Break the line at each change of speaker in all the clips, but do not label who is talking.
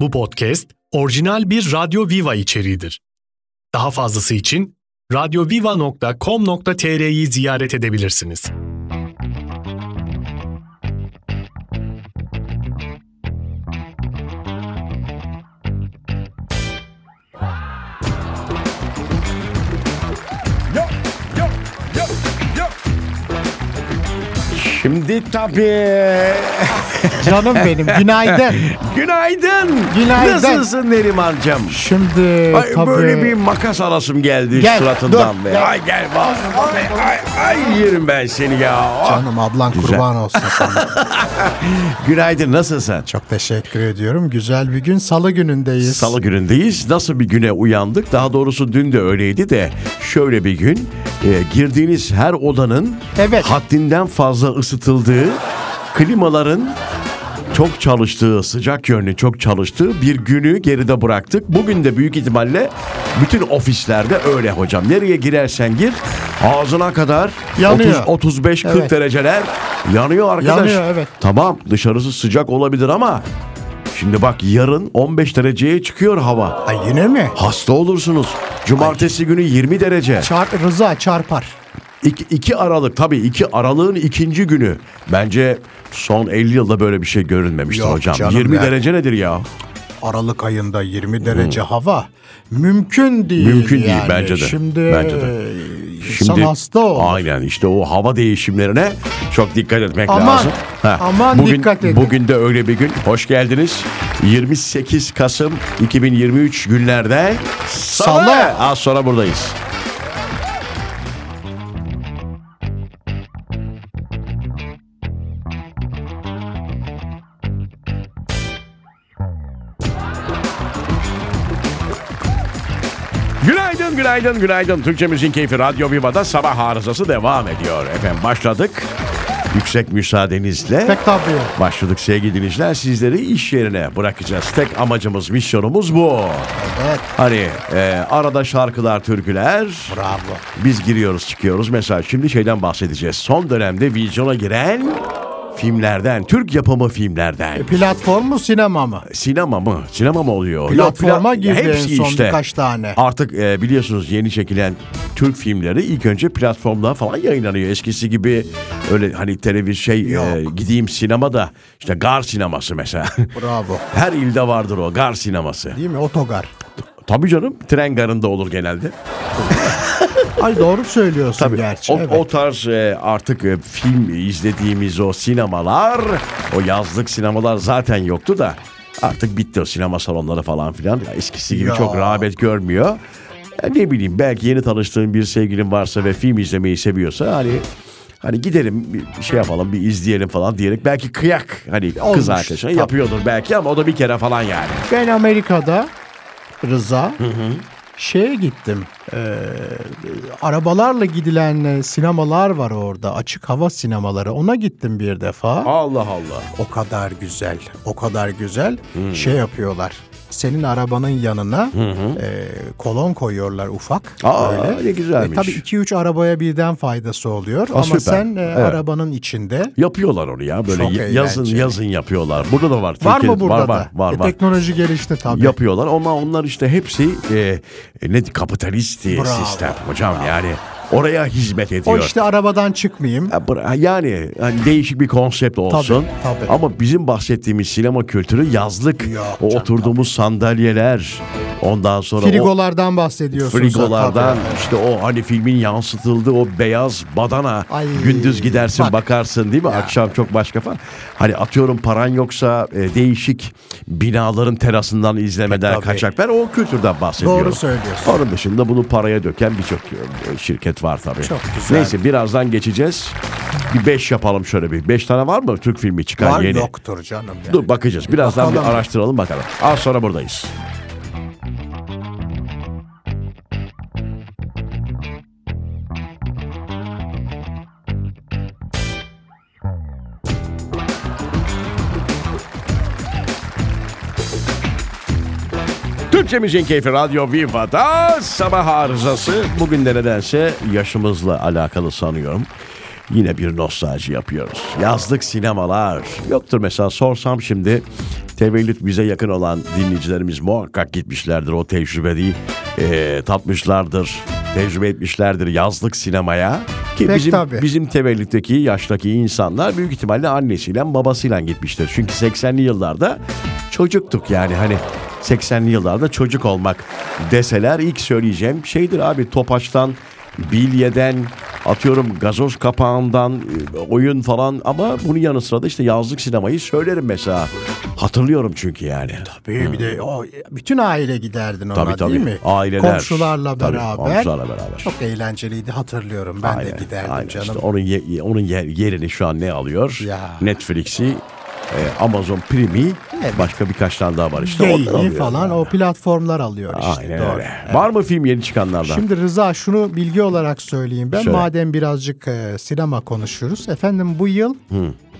Bu podcast orijinal bir Radyo Viva içeriğidir. Daha fazlası için radyoviva.com.tr'yi ziyaret edebilirsiniz.
Şimdi tabii.
Canım benim günaydın.
Günaydın.
Günaydın.
Nasılsın Neriman'cığım?
Şimdi
Ay,
tabii
böyle bir makas alasım geldi
Gel,
suratından
dur,
be.
gel.
Ay gel bak. Ay, ay, ay yerim ben seni ya. Ah.
Canım ablan kurban olsun sana.
Günaydın nasılsın?
Çok teşekkür ediyorum. Güzel bir gün. Salı günündeyiz.
Salı günündeyiz. Nasıl bir güne uyandık? Daha doğrusu dün de öyleydi de şöyle bir gün e, girdiğiniz her odanın
Evet.
haddinden fazla ısıtıldığı, klimaların çok çalıştığı, sıcak yönlü çok çalıştığı bir günü geride bıraktık. Bugün de büyük ihtimalle bütün ofislerde öyle hocam. Nereye girersen gir ağzına kadar
Yanıyor.
30 35 40
Evet.
dereceler yanıyor arkadaş.
Yanıyor, evet.
Tamam dışarısı sıcak olabilir ama Şimdi bak yarın 15 dereceye çıkıyor hava.
Ay yine mi?
Hasta olursunuz. Cumartesi günü 20 derece.
Çar Rıza çarpar.
2, Aralık tabii 2 Aralık'ın ikinci günü. Bence son 50 yılda böyle bir şey görülmemişti
Yok
hocam.
canım
20
ya.
derece nedir ya?
Aralık ayında 20 derece hava mümkün değil.
Hmm. Mümkün değil,
yani.
bence de.
Şimdi,
Bence de.
e, insan hasta o.
Aynen işte o hava değişimlerine çok dikkat etmek
Aman,
lazım.
aman
bugün,
dikkat edin.
Bugün de öyle bir gün. Hoş geldiniz. 28 Kasım 2023 günlerde Salı.
Salı.
Az sonra buradayız. Günaydın, günaydın, günaydın. Türkçemizin keyfi Radyo Viva'da sabah arızası devam ediyor. Efendim başladık. Yüksek müsaadenizle
Pek tabii.
başladık sevgili dinleyiciler. Sizleri iş yerine bırakacağız. Tek amacımız, misyonumuz bu.
Evet.
Hani e, arada şarkılar, türküler.
Bravo.
Biz giriyoruz, çıkıyoruz. Mesela şimdi şeyden bahsedeceğiz. Son dönemde vizyona giren filmlerden, Türk yapımı filmlerden.
Platform mu sinema mı?
Sinema mı? Sinema mı oluyor?
Platforma
Yok, pla-
girdi en son birkaç tane.
Artık e, biliyorsunuz yeni çekilen Türk filmleri ilk önce platformda falan yayınlanıyor. Eskisi gibi öyle hani televizyon şey e, gideyim sinemada işte gar sineması mesela.
Bravo.
Her ilde vardır o gar sineması.
Değil mi? Otogar.
Tabii canım tren garında olur genelde.
Ay doğru söylüyorsun gerçi.
O,
evet.
o tarz e, artık e, film izlediğimiz o sinemalar, o yazlık sinemalar zaten yoktu da artık bitti o sinema salonları falan filan. Eskisi gibi
Ya.
çok rağbet görmüyor. E, ne bileyim belki yeni tanıştığın bir sevgilin varsa ve film izlemeyi seviyorsa hani hani gidelim bir şey yapalım bir izleyelim falan diyerek belki kıyak hani kız
Olmuştur,
arkadaşına
tabii.
yapıyordur belki ama o da bir kere falan yani.
Ben Amerika'da Rıza şeye gittim. Ee, arabalarla gidilen e, sinemalar var orada. Açık hava sinemaları. Ona gittim bir defa.
Allah Allah.
O kadar güzel. O kadar güzel. Şey yapıyorlar. Senin arabanın yanına e, kolon koyuyorlar ufak.
Aa,
böyle.
ne güzelmiş.
E, tabii 2-3 arabaya birden faydası oluyor. Ama
süper.
sen e,
Evet.
arabanın içinde.
Yapıyorlar onu ya böyle
Çok
y- yazın
eğlenceli.
yazın yapıyorlar. Burada da var.
Var mı
Türkiye'de-
burada
var,
da?
Var var
E,
var.
teknoloji gelişti tabii.
Yapıyorlar ama onlar işte hepsi e, e, ne kapitalist e,
Bravo,
sistem hocam yani oraya hizmet
o
ediyor.
işte arabadan çıkmayayım.
Ya bıra- e, Yani hani değişik bir konsept olsun.
Tabii, tabii.
Ama bizim bahsettiğimiz sinema kültürü yazlık.
Yok
o
canım,
oturduğumuz sandalyeler, ondan sonra o
Frigolardan bahsediyorsun. sen,
frigolardan
tabii.
işte o hani filmin yansıtıldığı o beyaz badana
Ay,
gündüz gidersin
bak.
bakarsın değil mi akşam çok başka falan hani atıyorum paran yoksa e, değişik binaların terasından izlemeden
Tabii.
kaçak ben o kültürden bahsediyorum.
Doğru söylüyorsun.
Onun dışında bunu paraya döken birçok e, şirket var tabii.
Çok güzel.
Neyse birazdan geçeceğiz. Bir beş yapalım şöyle bir. Beş tane var mı Türk filmi çıkan
Var
yeni?
yoktur canım. Yani.
Dur bakacağız. Birazdan
Bakalım.
bir araştıralım bakalım. Az sonra buradayız. Türkçemizin keyfi Radyo Viva'da sabah arızası. Bugün de nedense yaşımızla alakalı sanıyorum. Yine bir nostalji yapıyoruz. Yazlık sinemalar. Yoktur mesela sorsam şimdi Tevellüt bize yakın olan dinleyicilerimiz muhakkak gitmişlerdir o tecrübeyi e, tatmışlardır, tecrübe etmişlerdir yazlık sinemaya. Ki
Pek
bizim,
tabii.
bizim tevellütteki yaştaki insanlar büyük ihtimalle annesiyle babasıyla gitmiştir. Çünkü 80'li yıllarda çocuktuk yani hani 80'li yıllarda çocuk olmak deseler ilk söyleyeceğim şeydir abi Topaç'tan, Bilye'den, atıyorum gazoz kapağından, e, oyun falan ama bunun yanı sıra da işte yazlık sinemayı söylerim mesela. Hatırlıyorum çünkü yani.
Tabii bir de o bütün aile giderdin ona
Tabii, tabii.
değil mi?
Aileler.
Komşularla
Tabii,
beraber.
komşularla beraber.
Çok eğlenceliydi hatırlıyorum. Ben de giderdim
aynen.
canım.
İşte onun ye- ye- onun yer- yerini şu an ne alıyor?
Ya.
Netflix'i, e, Amazon Prime'i, başka birkaç tane daha var işte.
Yayını
onları alıyor
falan
yani.
o platformlar alıyor işte.
Aynen
doğru.
öyle. Var mı film yeni çıkanlardan?
Şimdi Rıza şunu bilgi olarak söyleyeyim. Ben
Söyle.
madem birazcık e, sinema konuşuyoruz. Efendim bu yıl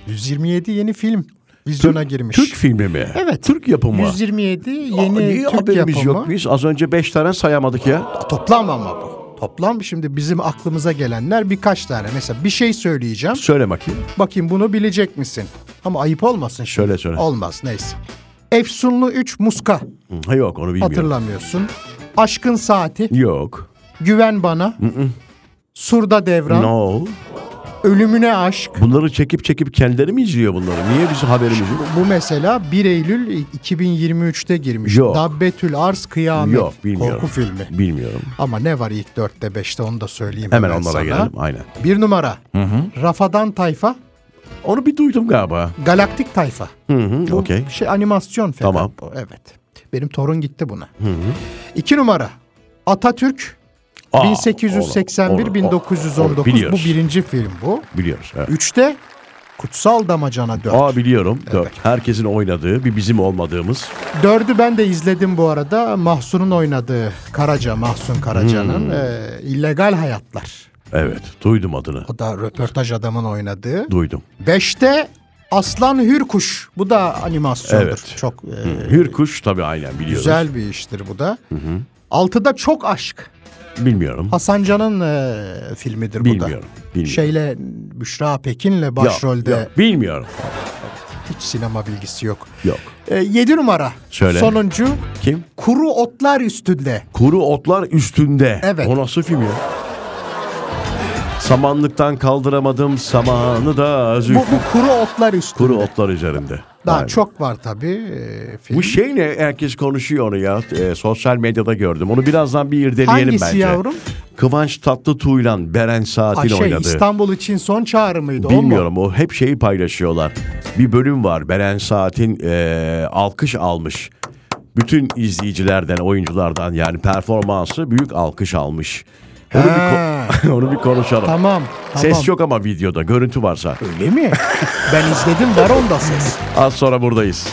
127 yeni film vizyona girmiş.
Türk filmi mi?
Evet.
Türk yapımı.
127
Aa,
yeni
niye
Türk
haberimiz
yapımı.
yok biz? Az önce 5 tane sayamadık ya.
Toplam ama bu. Toplam şimdi bizim aklımıza gelenler birkaç tane. Mesela bir şey söyleyeceğim.
Söyle bakayım.
Bakayım bunu bilecek misin? Ama ayıp olmasın şimdi.
Söyle, söyle.
Olmaz neyse. Efsunlu 3 Muska
Ha, yok onu bilmiyorum.
hatırlamıyorsun. Aşkın Saati,
Yok.
Güven Bana, Surda Devran,
No.
Ölümüne Aşk.
Bunları çekip çekip kendileri mi izliyor bunları? Niye bizim haberimiz yok?
Bu mesela 1 Eylül 2023'te girmiş.
Yok.
Dabbetül Arz Kıyamet
Yok bilmiyorum.
korku filmi.
Bilmiyorum.
Ama ne var ilk 4'te 5'te onu da söyleyeyim.
Hemen
ben
onlara
sana.
gelelim. Aynen.
Bir numara. Rafadan Tayfa,
Onu bir duydum galiba.
Galaktik Tayfa.
Hı hı.
Bu
Okey.
şey animasyon falan.
Tamam.
bu, Evet. Benim torun gitti buna. İki numara. Atatürk
Aa, olur, olur,
1881-1919.
olur,
Bu
biliyoruz.
birinci film bu.
Biliyoruz. Evet.
Üçte Kutsal Damacana 4.
Aa biliyorum. Dört. Herkesin oynadığı bir bizim olmadığımız.
Dördü ben de izledim bu arada. Mahsun'un oynadığı Karaca, Mahsun Karaca'nın
Hmm.
e, illegal hayatlar.
Evet. Duydum adını.
O da röportaj adamın oynadığı.
Duydum.
Beşte Aslan Hürkuş. Bu da animasyondur.
Evet.
Çok e,
Hürkuş tabii aynen biliyoruz.
güzel bir iştir bu da. Altıda Çok Aşk.
Bilmiyorum.
Hasan Can'ın e, filmidir bu da.
Bilmiyorum. Bilmiyorum.
Şeyle Büşra Pekin'le
Ya,
başrolde
ya, bilmiyorum.
hiç sinema bilgisi yok.
Yok.
7 numara.
Söyle.
Sonuncu
Kim?
Kuru Otlar Üstünde.
Kuru otlar üstünde.
Evet.
O nasıl film ya? Samanlıktan kaldıramadım samanı da
Bu,
zülfü.
bu Kuru Otlar Üstünde.
Kuru otlar üzerimde.
Daha
Aynen.
çok var tabii e, film.
Bu şey ne? Herkes konuşuyor onu ya. E, sosyal medyada gördüm. Onu birazdan bir irdeleyelim
Hangisi
bence.
yavrum?
Kıvanç Tatlıtuğ'la Beren Saat'in
Ay, şey,
oynadığı.
İstanbul için son çağrımıydı
Bilmiyorum o hep şeyi paylaşıyorlar. Bir bölüm var Beren Saat'in eee, alkış almış. Bütün izleyicilerden, oyunculardan yani performansı büyük alkış almış. Onu, bir, ko- onu bir konuşalım.
o mu? Tamam.
Ses
tamam.
yok ama videoda, görüntü varsa.
Öyle mi? ben izledim var onda ses.
Az sonra buradayız.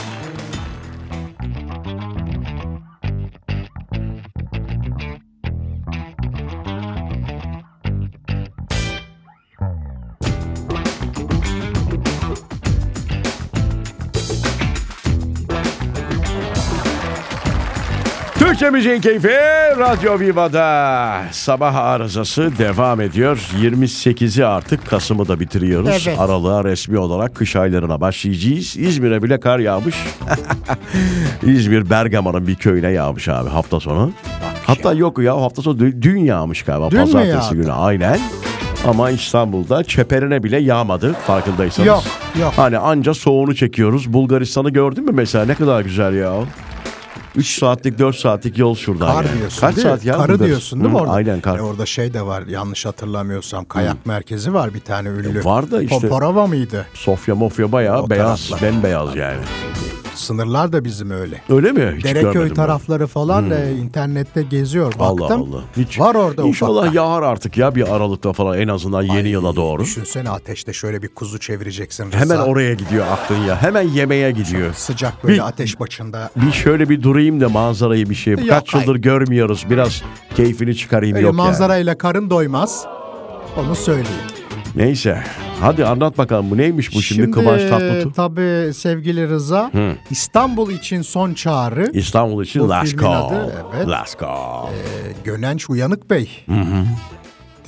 Türkçe Müziğin Keyfi Radyo Viva'da sabah arızası devam ediyor. 28'i artık Kasım'ı da bitiriyoruz.
Evet.
Aralığa resmi olarak kış aylarına başlayacağız. İzmir'e bile kar yağmış. İzmir Bergama'nın bir köyüne yağmış abi hafta sonu. Hatta yok ya hafta sonu dü- dün yağmış galiba
Dün mü
pazartesi
yağdı?
günü aynen. Ama İstanbul'da çeperine bile yağmadı farkındaysanız.
Yok, yok.
Hani anca soğunu çekiyoruz. Bulgaristan'ı gördün mü mesela ne kadar güzel ya. 3 saatlik 4 saatlik yol şuradan.
Kar
yani.
diyorsun
Kaç
değil mi?
saat ya?
Karı
Bulgaristan?
diyorsun değil mi
Hı,
orada?
Aynen kar.
E orada şey de var yanlış hatırlamıyorsam kayak merkezi var bir tane ünlü.
E var da işte-
Poporova mıydı?
Sofya mofya bayağı
O
beyaz,
taraflar.
bembeyaz yani.
Sınırlar da bizim öyle.
Öyle mi? Hiç görmedim
Dereköy
ben.
tarafları falan e, internette geziyor baktım.
Allah Allah. Hiç,
Var orada
İnşallah
ufaktan.
yağar artık ya bir aralıkta falan en azından yeni yıla doğru.
Düşünsene ateşte şöyle bir kuzu çevireceksin. Rıza.
Hemen oraya gidiyor aklın ya. Hemen yemeğe gidiyor.
Sıcak böyle
Bir-
ateş başında.
Bir şöyle bir durayım da manzarayı bir şey.
Yok,
Kaç yıldır
hayır.
görmüyoruz. Biraz keyfini çıkarayım
Öyle
yok yani.
manzarayla karın doymaz. Onu söyleyeyim.
Neyse. Hadi anlat bakalım bu neymiş bu şimdi, Kıvanç Tatlıtuğ?
Tabii sevgili Rıza İstanbul için son çağrı
İstanbul için
Bu
Last
filmin
Call.
adı, evet.
Last Call.
e, Gönenç Uyanık Bey.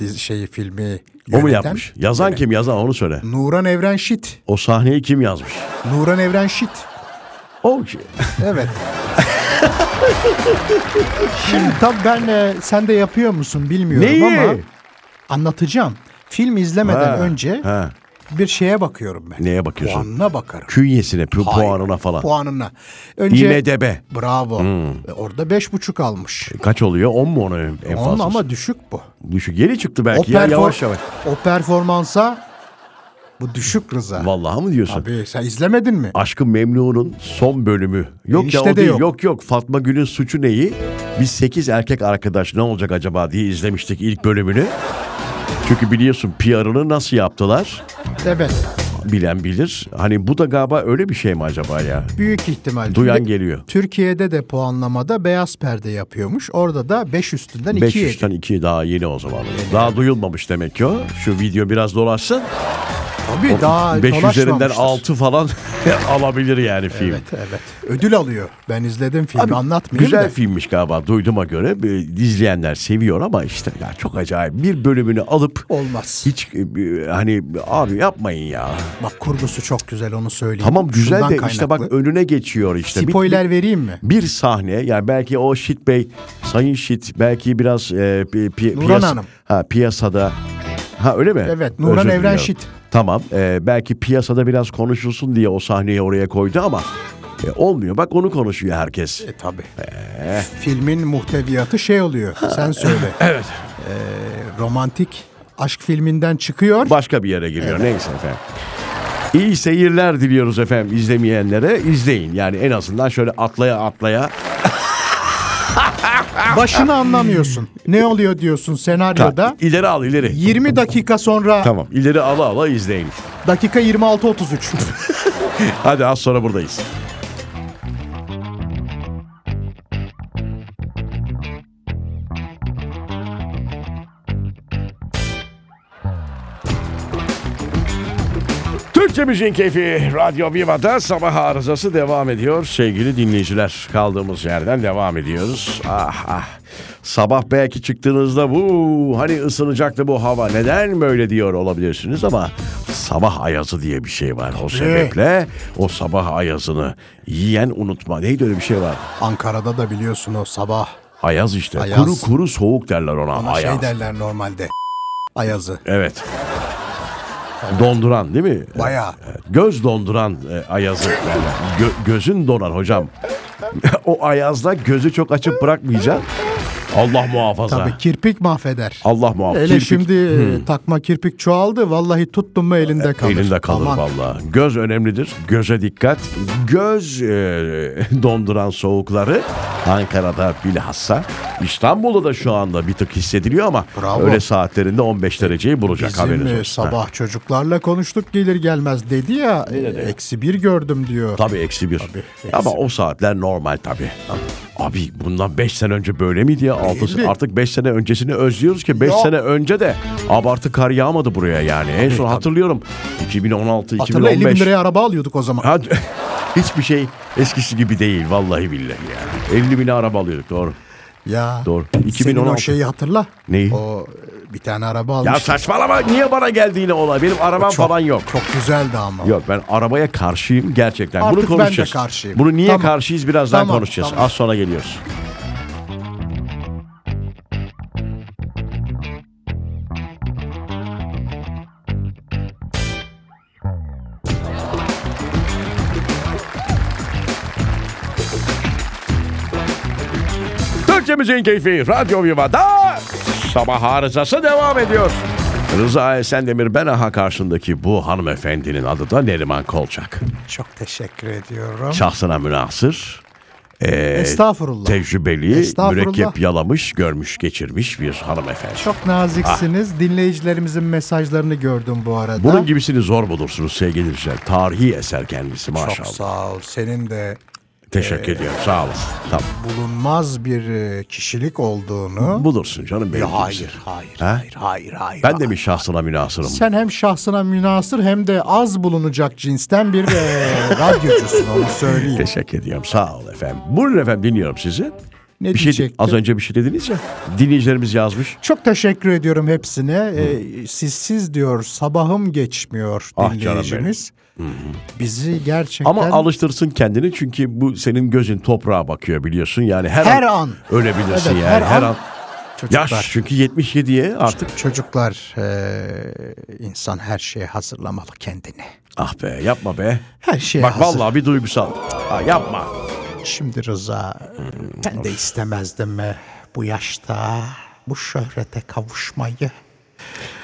Dizi şeyi filmi
o mu
yöneten
yapmış? Yazan kim yazan onu söyle.
Nuran Evren Şit.
O sahneyi kim yazmış?
Nuran Evren Şit.
O ki.
Evet. Şimdi tam ben e, sen de yapıyor musun bilmiyorum
Neyi?
ama anlatacağım. Film izlemeden
Ha,
önce
ha.
bir şeye bakıyorum ben.
Neye bakıyorsun?
Puanına bakarım.
Künyesine, pu-
Hayır,
puanına falan.
Puanına. Önce
IMDB.
bravo. E, Orada beş buçuk almış.
Kaç oluyor? 10 mu onun en
Onun
fazlası?
ama düşük bu.
Düşük. Yeni çıktı
O,
belki ya
perfor-
yavaş yavaş.
o performansa bu düşük Rıza.
Vallahi mı diyorsun?
Abi sen izlemedin mi?
Aşkı Memnu'nun son bölümü. Yok ya
Enişte
o
de
değil. Yok.
yok.
yok Fatma Gül'ün suçu neyi? Biz 8 erkek arkadaş ne olacak acaba diye izlemiştik ilk bölümünü. Çünkü biliyorsun PR'ını nasıl yaptılar?
Evet.
Bilen bilir. Hani bu da galiba öyle bir şey mi acaba ya?
Büyük ihtimal.
Duyan
Bir-
geliyor.
Türkiye'de de puanlamada beyaz perde yapıyormuş. Orada da 5 üstünden 2
5
yedi.
yaştan 2 daha yeni o zaman. Daha duyulmamış demek ki o. Şu video biraz dolaşsın.
Tabii daha
5 üzerinden
dolaşmamıştır.
6 falan alabilir yani film.
Evet evet. Ödül alıyor. Ben izledim filmi
Abi,
anlatmayayım
Güzel
da.
filmmiş galiba duyduğuma göre. Bir- izleyenler seviyor ama işte ya çok acayip. Bir bölümünü alıp
Olmaz.
hiç e, bir- hani abi yapmayın ya.
Bak kurgusu çok güzel onu söyleyeyim.
Tamam güzel de
Şundan
işte
kaynaklı.
bak önüne geçiyor işte. Bir-
Spoiler vereyim mi?
bir sahne yani belki o Şit Bey, Sayın Şit belki biraz e, pi- pi-
Nurhan
piyasa-
Hanım.
Ha, piyasada Ha öyle mi?
Evet, Nurhan
Özür
Evren
diliyorum.
Şit.
Tamam e, belki piyasada biraz konuşulsun diye o sahneyi oraya koydu ama e, olmuyor. Bak onu konuşuyor herkes.
E tabi. Filmin muhteviyatı şey oluyor. Sen söyle. evet. romantik aşk filminden çıkıyor.
Başka bir yere giriyor neyse efendim. İyi seyirler diliyoruz efendim izlemeyenlere. izleyin yani en azından şöyle atlaya atlaya. Ah.
Başını anlamıyorsun. Ne oluyor diyorsun senaryoda.
ileri al ileri.
20 dakika sonra
Tamam ileri ala ala izleyin.
dakika 26.33.
Hadi az sonra buradayız. Türkçe Müziğin Keyfi Radyo Viva'da sabah arızası devam ediyor. Sevgili dinleyiciler kaldığımız yerden devam ediyoruz. Ah ah. Sabah belki çıktığınızda bu hani ısınacaktı bu hava neden böyle diyor olabilirsiniz ama sabah ayazı diye bir şey var. O sebeple o sabah ayazını yiyen unutma. Neydi öyle bir şey var?
Ankara'da da biliyorsun o sabah
Ayaz işte.
Ayaz.
Kuru kuru soğuk derler ona.
ona
ayaz.
şey derler normalde. Ayazı.
Evet. Donduran değil mi?
Bayağı.
Evet, Göz donduran e, ayazı. Yani gö- gözün donar hocam. o ayazda gözü çok açıp bırakmayacaksın. Allah muhafaza.
Tabii kirpik mahveder.
Allah muhafaza.
Hele
Kirpik hmm.
şimdi e, takma kirpik çoğaldı. Vallahi tuttun mu elinde kalır.
Elinde kalır
Aman.
vallahi. Göz önemlidir. Göze dikkat. Göz e, donduran soğukları Ankara'da bilhassa İstanbul'da da şu anda bir tık hissediliyor ama
Bravo.
öyle saatlerinde 15 dereceyi bulacak
Bizim
haberiniz
e,
olsun. Ha.
sabah çocuklarla konuştuk gelir gelmez dedi ya. e, eksi bir gördüm diyor.
Tabii eksi bir.
eksi
Ama o saatler normal tabii. Abi bundan 5 sene önce böyle miydi ya? Altı-
Değildi.
artık 5 sene öncesini özlüyoruz ki 5
Yok.
sene önce de abartı kar yağmadı buraya yani. En son hatırlıyorum 2016
Hatırla 50 bin
2015.
liraya araba alıyorduk o zaman.
Ha, hiçbir şey eskisi gibi değil vallahi billahi yani. 50 bin araba alıyorduk doğru.
Ya.
Doğru.
Senin o
2016.
şeyi hatırla.
Neyi?
O e, bir tane araba
Ya
almıştık.
saçmalama niye bana geldi yine olay? Benim arabam
Çok-
falan yok.
Çok güzeldi ama.
Yok ben arabaya karşıyım gerçekten.
Artık
Bunu
ben de
konuşacağız.
karşıyım.
Bunu niye
Tamam.
karşıyız birazdan
Tamam,
konuşacağız.
tamam.
Az sonra geliyoruz. Türkçe Müziğin Keyfi Radyo Viva'da sabah arızası devam ediyor. Rıza Esendemir Benaha karşındaki bu hanımefendinin adı da Neriman Kolçak.
Çok teşekkür ediyorum.
Şahsına münasır,
E, Estağfurullah.
tecrübeli,
Estağfurullah.
mürekkep yalamış, görmüş, geçirmiş bir hanımefendi.
Çok naziksiniz. Dinleyicilerimizin mesajlarını gördüm bu arada.
Ah. Bunun gibisini zor bulursunuz sevgili dinleyiciler. Tarihi eser kendisi
Çok
maşallah.
sağ Ee, ol. Senin de
Teşekkür ediyorum sağ olasın. Tamam.
bulunmaz bir e, kişilik olduğunu.
Bulursun canım benim.
Ya hayır,
kimse.
hayır,
Ha?
hayır, hayır, hayır.
Ben de mi şahsına münasırım?
Sen hem şahsına münasır hem de az bulunacak cinsten bir e, radyocusun onu söyleyeyim.
Teşekkür ediyorum sağ ol efendim. Buyurun efendim dinliyorum sizi.
Ne
Bir şey,
diyecektim?
az önce bir şey dediniz ya. Dinleyicilerimiz yazmış.
Çok teşekkür ediyorum hepsine. Ee, sizsiz diyor sabahım geçmiyor
Ah canım benim.
dinleyicimiz. Bizi gerçekten
Ama alıştırsın kendini çünkü bu senin gözün toprağa bakıyor biliyorsun. Yani her,
Her an.
ölebilirsin
Evet,
yani.
her
Her,
an.
an.
çocuklar,
Yaş çünkü 77'ye artık
çocuklar ee, insan her şeye hazırlamalı kendini.
ah be yapma be.
Her şeye
Bak
hazır.
vallahi bir duygusal. Ha, yapma.
Şimdi Rıza ben de istemezdim eh, bu yaşta bu şöhrete kavuşmayı.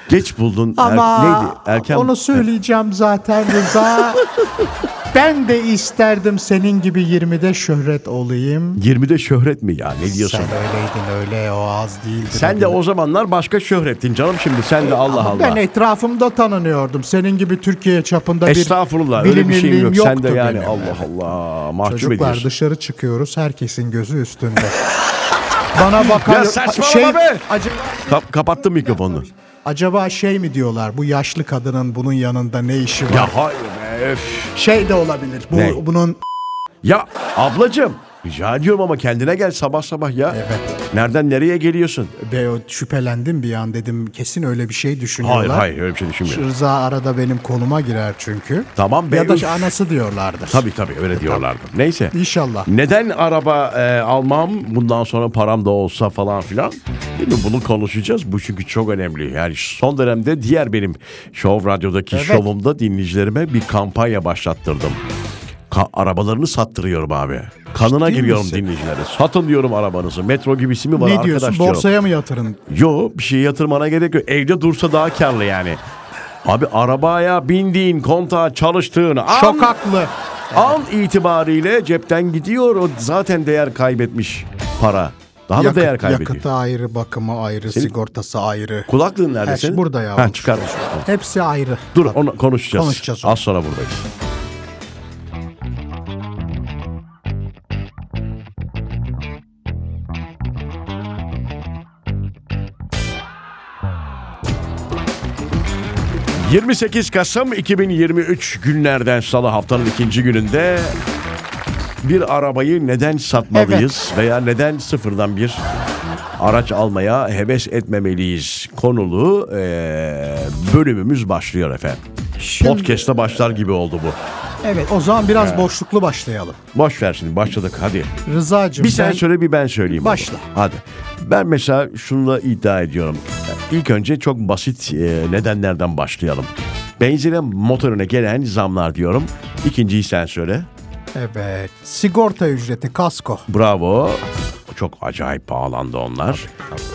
Geç buldun. Er-
Ama
neydi? Erken.
onu söyleyeceğim zaten Rıza. ben de isterdim senin gibi 20'de şöhret olayım.
20'de şöhret mi ya? Ne diyorsun?
Sen
Sen,
öyleydin öyle o az değildi.
de o zamanlar başka şöhrettin canım şimdi. Sen de Allah Allah.
Ben etrafımda tanınıyordum. Senin gibi Türkiye çapında bir
Estağfurullah öyle bir şeyim yok.
bilinirliğim
Sen de
yoktu
yani
benim,
Allah
evet.
Allah mahcup
Çocuklar
ediyorsun.
dışarı çıkıyoruz herkesin gözü üstünde. Bana bakar.
Ya saçmalama
şey-
be!
Acaba,
Kap- kapattım mikrofonu.
acaba şey mi diyorlar bu yaşlı kadının bunun yanında ne işi var?
Ya hayır be öf.
Şey de olabilir. Bu
Ne?
bunun
Ya ablacığım rica ediyorum ama kendine gel sabah sabah ya.
Evet.
Nereden nereye geliyorsun?
be o şüphelendim bir an dedim kesin öyle bir şey düşünüyorlar.
Hayır hayır öyle bir şey düşünmüyorum.
Rıza arada benim konuma girer çünkü.
Tamam be.
ya da
üf.
anası diyorlardır.
Tabii tabii öyle diyorlardı. Neyse.
İnşallah.
Neden araba e, almam bundan sonra param da olsa falan filan? Değil mi? Bunu konuşacağız. Bu çünkü çok önemli. Yani son dönemde diğer benim Show Radyo'daki
Evet.
şovumda dinleyicilerime bir kampanya başlattırdım. Ka- arabalarını sattırıyorum abi. Kanına
Ciddi
giriyorum
misin?
dinleyicilere. Satın diyorum arabanızı. Metro gibisi mi var
Ne
arkadaş
diyorsun?
diyorum.
Borsaya mı yatırın?
Yo bir şey yatırmana gerek yok. Evde dursa daha karlı yani. Abi arabaya bindiğin, kontağa çalıştığın an,
Çok haklı.
an itibariyle cepten gidiyor. O zaten değer kaybetmiş para. Daha da değer kaybediyor.
Yakıtı ayrı, bakımı ayrı, sigortası ayrı.
Kulaklığın nerede
Her şey
senin?
burada ya.
Ha, çıkar.
Hepsi ayrı.
Dur onu konuşacağız.
Konuşacağız onu.
Az sonra buradayız. ...28 Kasım 2023 günlerden salı haftanın ikinci gününde... ...bir arabayı neden satmalıyız veya neden sıfırdan bir araç almaya heves etmemeliyiz konulu eee, bölümümüz başlıyor efendim.
Şimdi-
Podcast'ta başlar gibi oldu bu.
Evet o zaman biraz boşluklu başlayalım.
Boş ver şimdi başladık hadi.
Rıza'cığım
Bir sen
ben-
söyle bir ben söyleyeyim.
Başla.
o zaman. Hadi. Ben mesela şunla iddia ediyorum. İlk önce çok basit eee, nedenlerden başlayalım. Benzine motoruna gelen zamlar diyorum. İkinciyi sen söyle.
Evet. Sigorta ücreti, kasko.
Bravo. Çok acayip pahalandı onlar.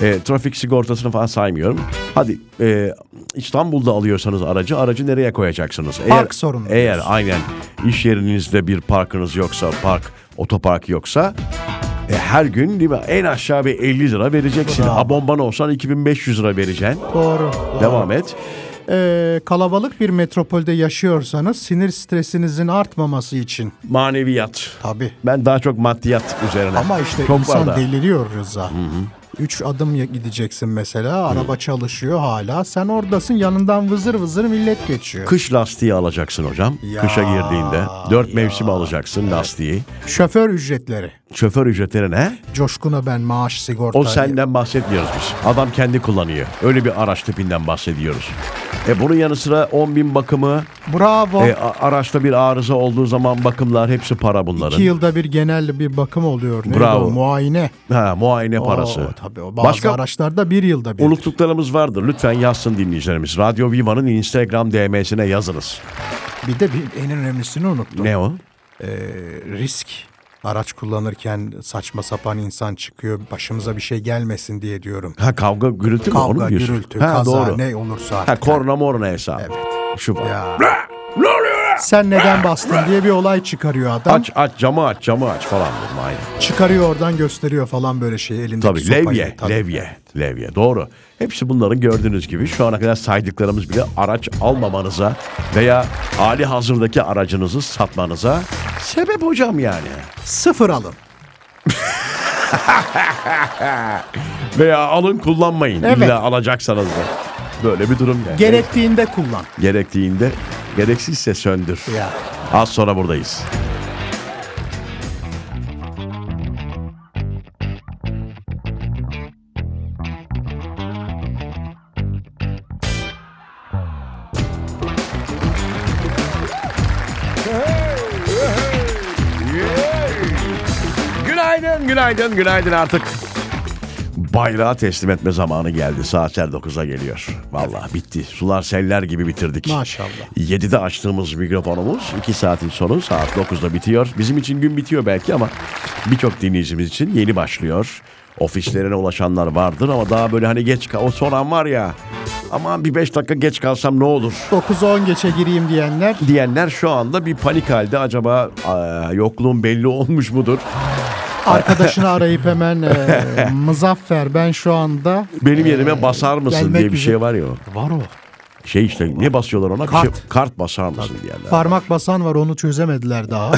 E, trafik sigortasını falan saymıyorum. Hadi e, İstanbul'da alıyorsanız aracı, aracı nereye koyacaksınız? Eğer,
Park sorunu
Eğer
diyorsun.
aynen iş yerinizde bir parkınız yoksa, park, otopark yoksa e, her gün değil mi? en aşağı bir 50 lira vereceksin.
Bravo.
Abonman olsan 2500 lira vereceksin.
Doğru. doğru.
Devam et.
Ee, kalabalık bir metropolde yaşıyorsanız sinir stresinizin artmaması için.
Maneviyat.
Tabii.
Ben daha çok maddiyat üzerine.
Ama işte
çok var
insan
da.
deliriyor Rıza. Üç adım ya- gideceksin mesela. Araba çalışıyor hala. Sen oradasın yanından vızır vızır millet geçiyor.
Kış lastiği alacaksın hocam.
Ya,
Kışa girdiğinde. Dört mevsim alacaksın lastiği.
Şoför ücretleri.
Şoför ücretleri ne?
Coşkun'a ben maaş sigorta.
O senden bahsetmiyoruz biz. Adam kendi kullanıyor. Öyle bir araç tipinden bahsediyoruz. E bunun yanı sıra 10 bin bakımı,
Bravo.
e, a- araçta bir arıza olduğu zaman bakımlar hepsi para bunların.
İki yılda bir genel bir bakım oluyor. Neydi
Bravo.
o? Muayene.
Ha, muayene parası.
Oo, tabii o bazı
Başka
araçlarda bir yılda bir.
unuttuklarımız vardır. Lütfen yazsın dinleyicilerimiz. Radyo Viva'nın Instagram DM'sine yazınız.
Bir de bir, en önemlisini unuttum. E,
Ne o?
risk. Araç kullanırken saçma sapan insan çıkıyor. Başımıza bir şey gelmesin diye diyorum.
Ha kavga gürültü mü? Onu mu
Kavga,
diyorsun?
gürültü,
ha,
kaza
doğru.
ne olursa
Ha
artık.
korna morna hesabı. Şu var.
Ya. Sen neden bastın diye bir olay çıkarıyor adam.
Aç aç camı aç camı aç falan dedim aynen.
Çıkarıyor oradan gösteriyor falan böyle şey elindeki
Tabii
sopayı.
levye,
Tabii.
levye, levye doğru. Hepsi bunların gördüğünüz gibi şu ana kadar saydıklarımız bile araç almamanıza veya hali hazırdaki aracınızı satmanıza sebep hocam yani.
Sıfır alın.
Veya alın kullanmayın
Evet.
illa alacaksanız da. Böyle bir durum yani.
Gerektiğinde kullan.
Gerektiğinde gereksizse söndür.
Ya.
Az sonra buradayız. Günaydın, günaydın, günaydın artık. Bayrağı teslim etme zamanı geldi. Saatler 9'a geliyor. Vallahi bitti. Sular seller gibi bitirdik.
Maşallah.
7'de açtığımız mikrofonumuz 2 saatin sonu saat 9'da bitiyor. Bizim için gün bitiyor belki ama birçok dinleyicimiz için yeni başlıyor. Ofislerine ulaşanlar vardır ama daha böyle hani geç kal- o soran var ya. Aman bir 5 dakika geç kalsam ne olur
9-10 geçe gireyim diyenler
diyenler şu anda bir panik halde. Acaba aa, yokluğun belli olmuş mudur?
arkadaşını arayıp hemen e, Muzaffer ben şu anda
Benim yerime basar mısın
Ee, gelmek
diye bir
üzere.
şey var ya.
var o.
Şey işte ne basıyorlar ona? Bir
Kart.
şey- kart basar mısın diyenler.
Parmak basan var onu çözemediler daha.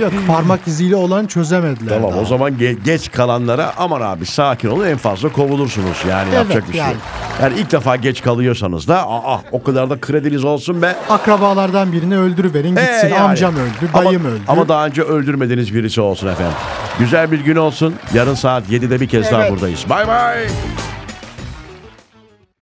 Yok parmak iziyle olan çözemediler
Tamam
daha.
o zaman ge- geç kalanlara aman abi sakin olun en fazla kovulursunuz. Yani
Evet,
yapacak bir şey.
yani.
yok. Yani ilk defa geç kalıyorsanız da aa o kadar da krediniz olsun be.
Akrabalardan birini öldürüverin
Ee,
gitsin.
yani.
Amcam öldü, dayım
ama,
öldü.
Ama daha önce öldürmediğiniz birisi olsun efendim. Güzel bir gün olsun. Yarın saat 7'de bir kez daha buradayız. Bay bay.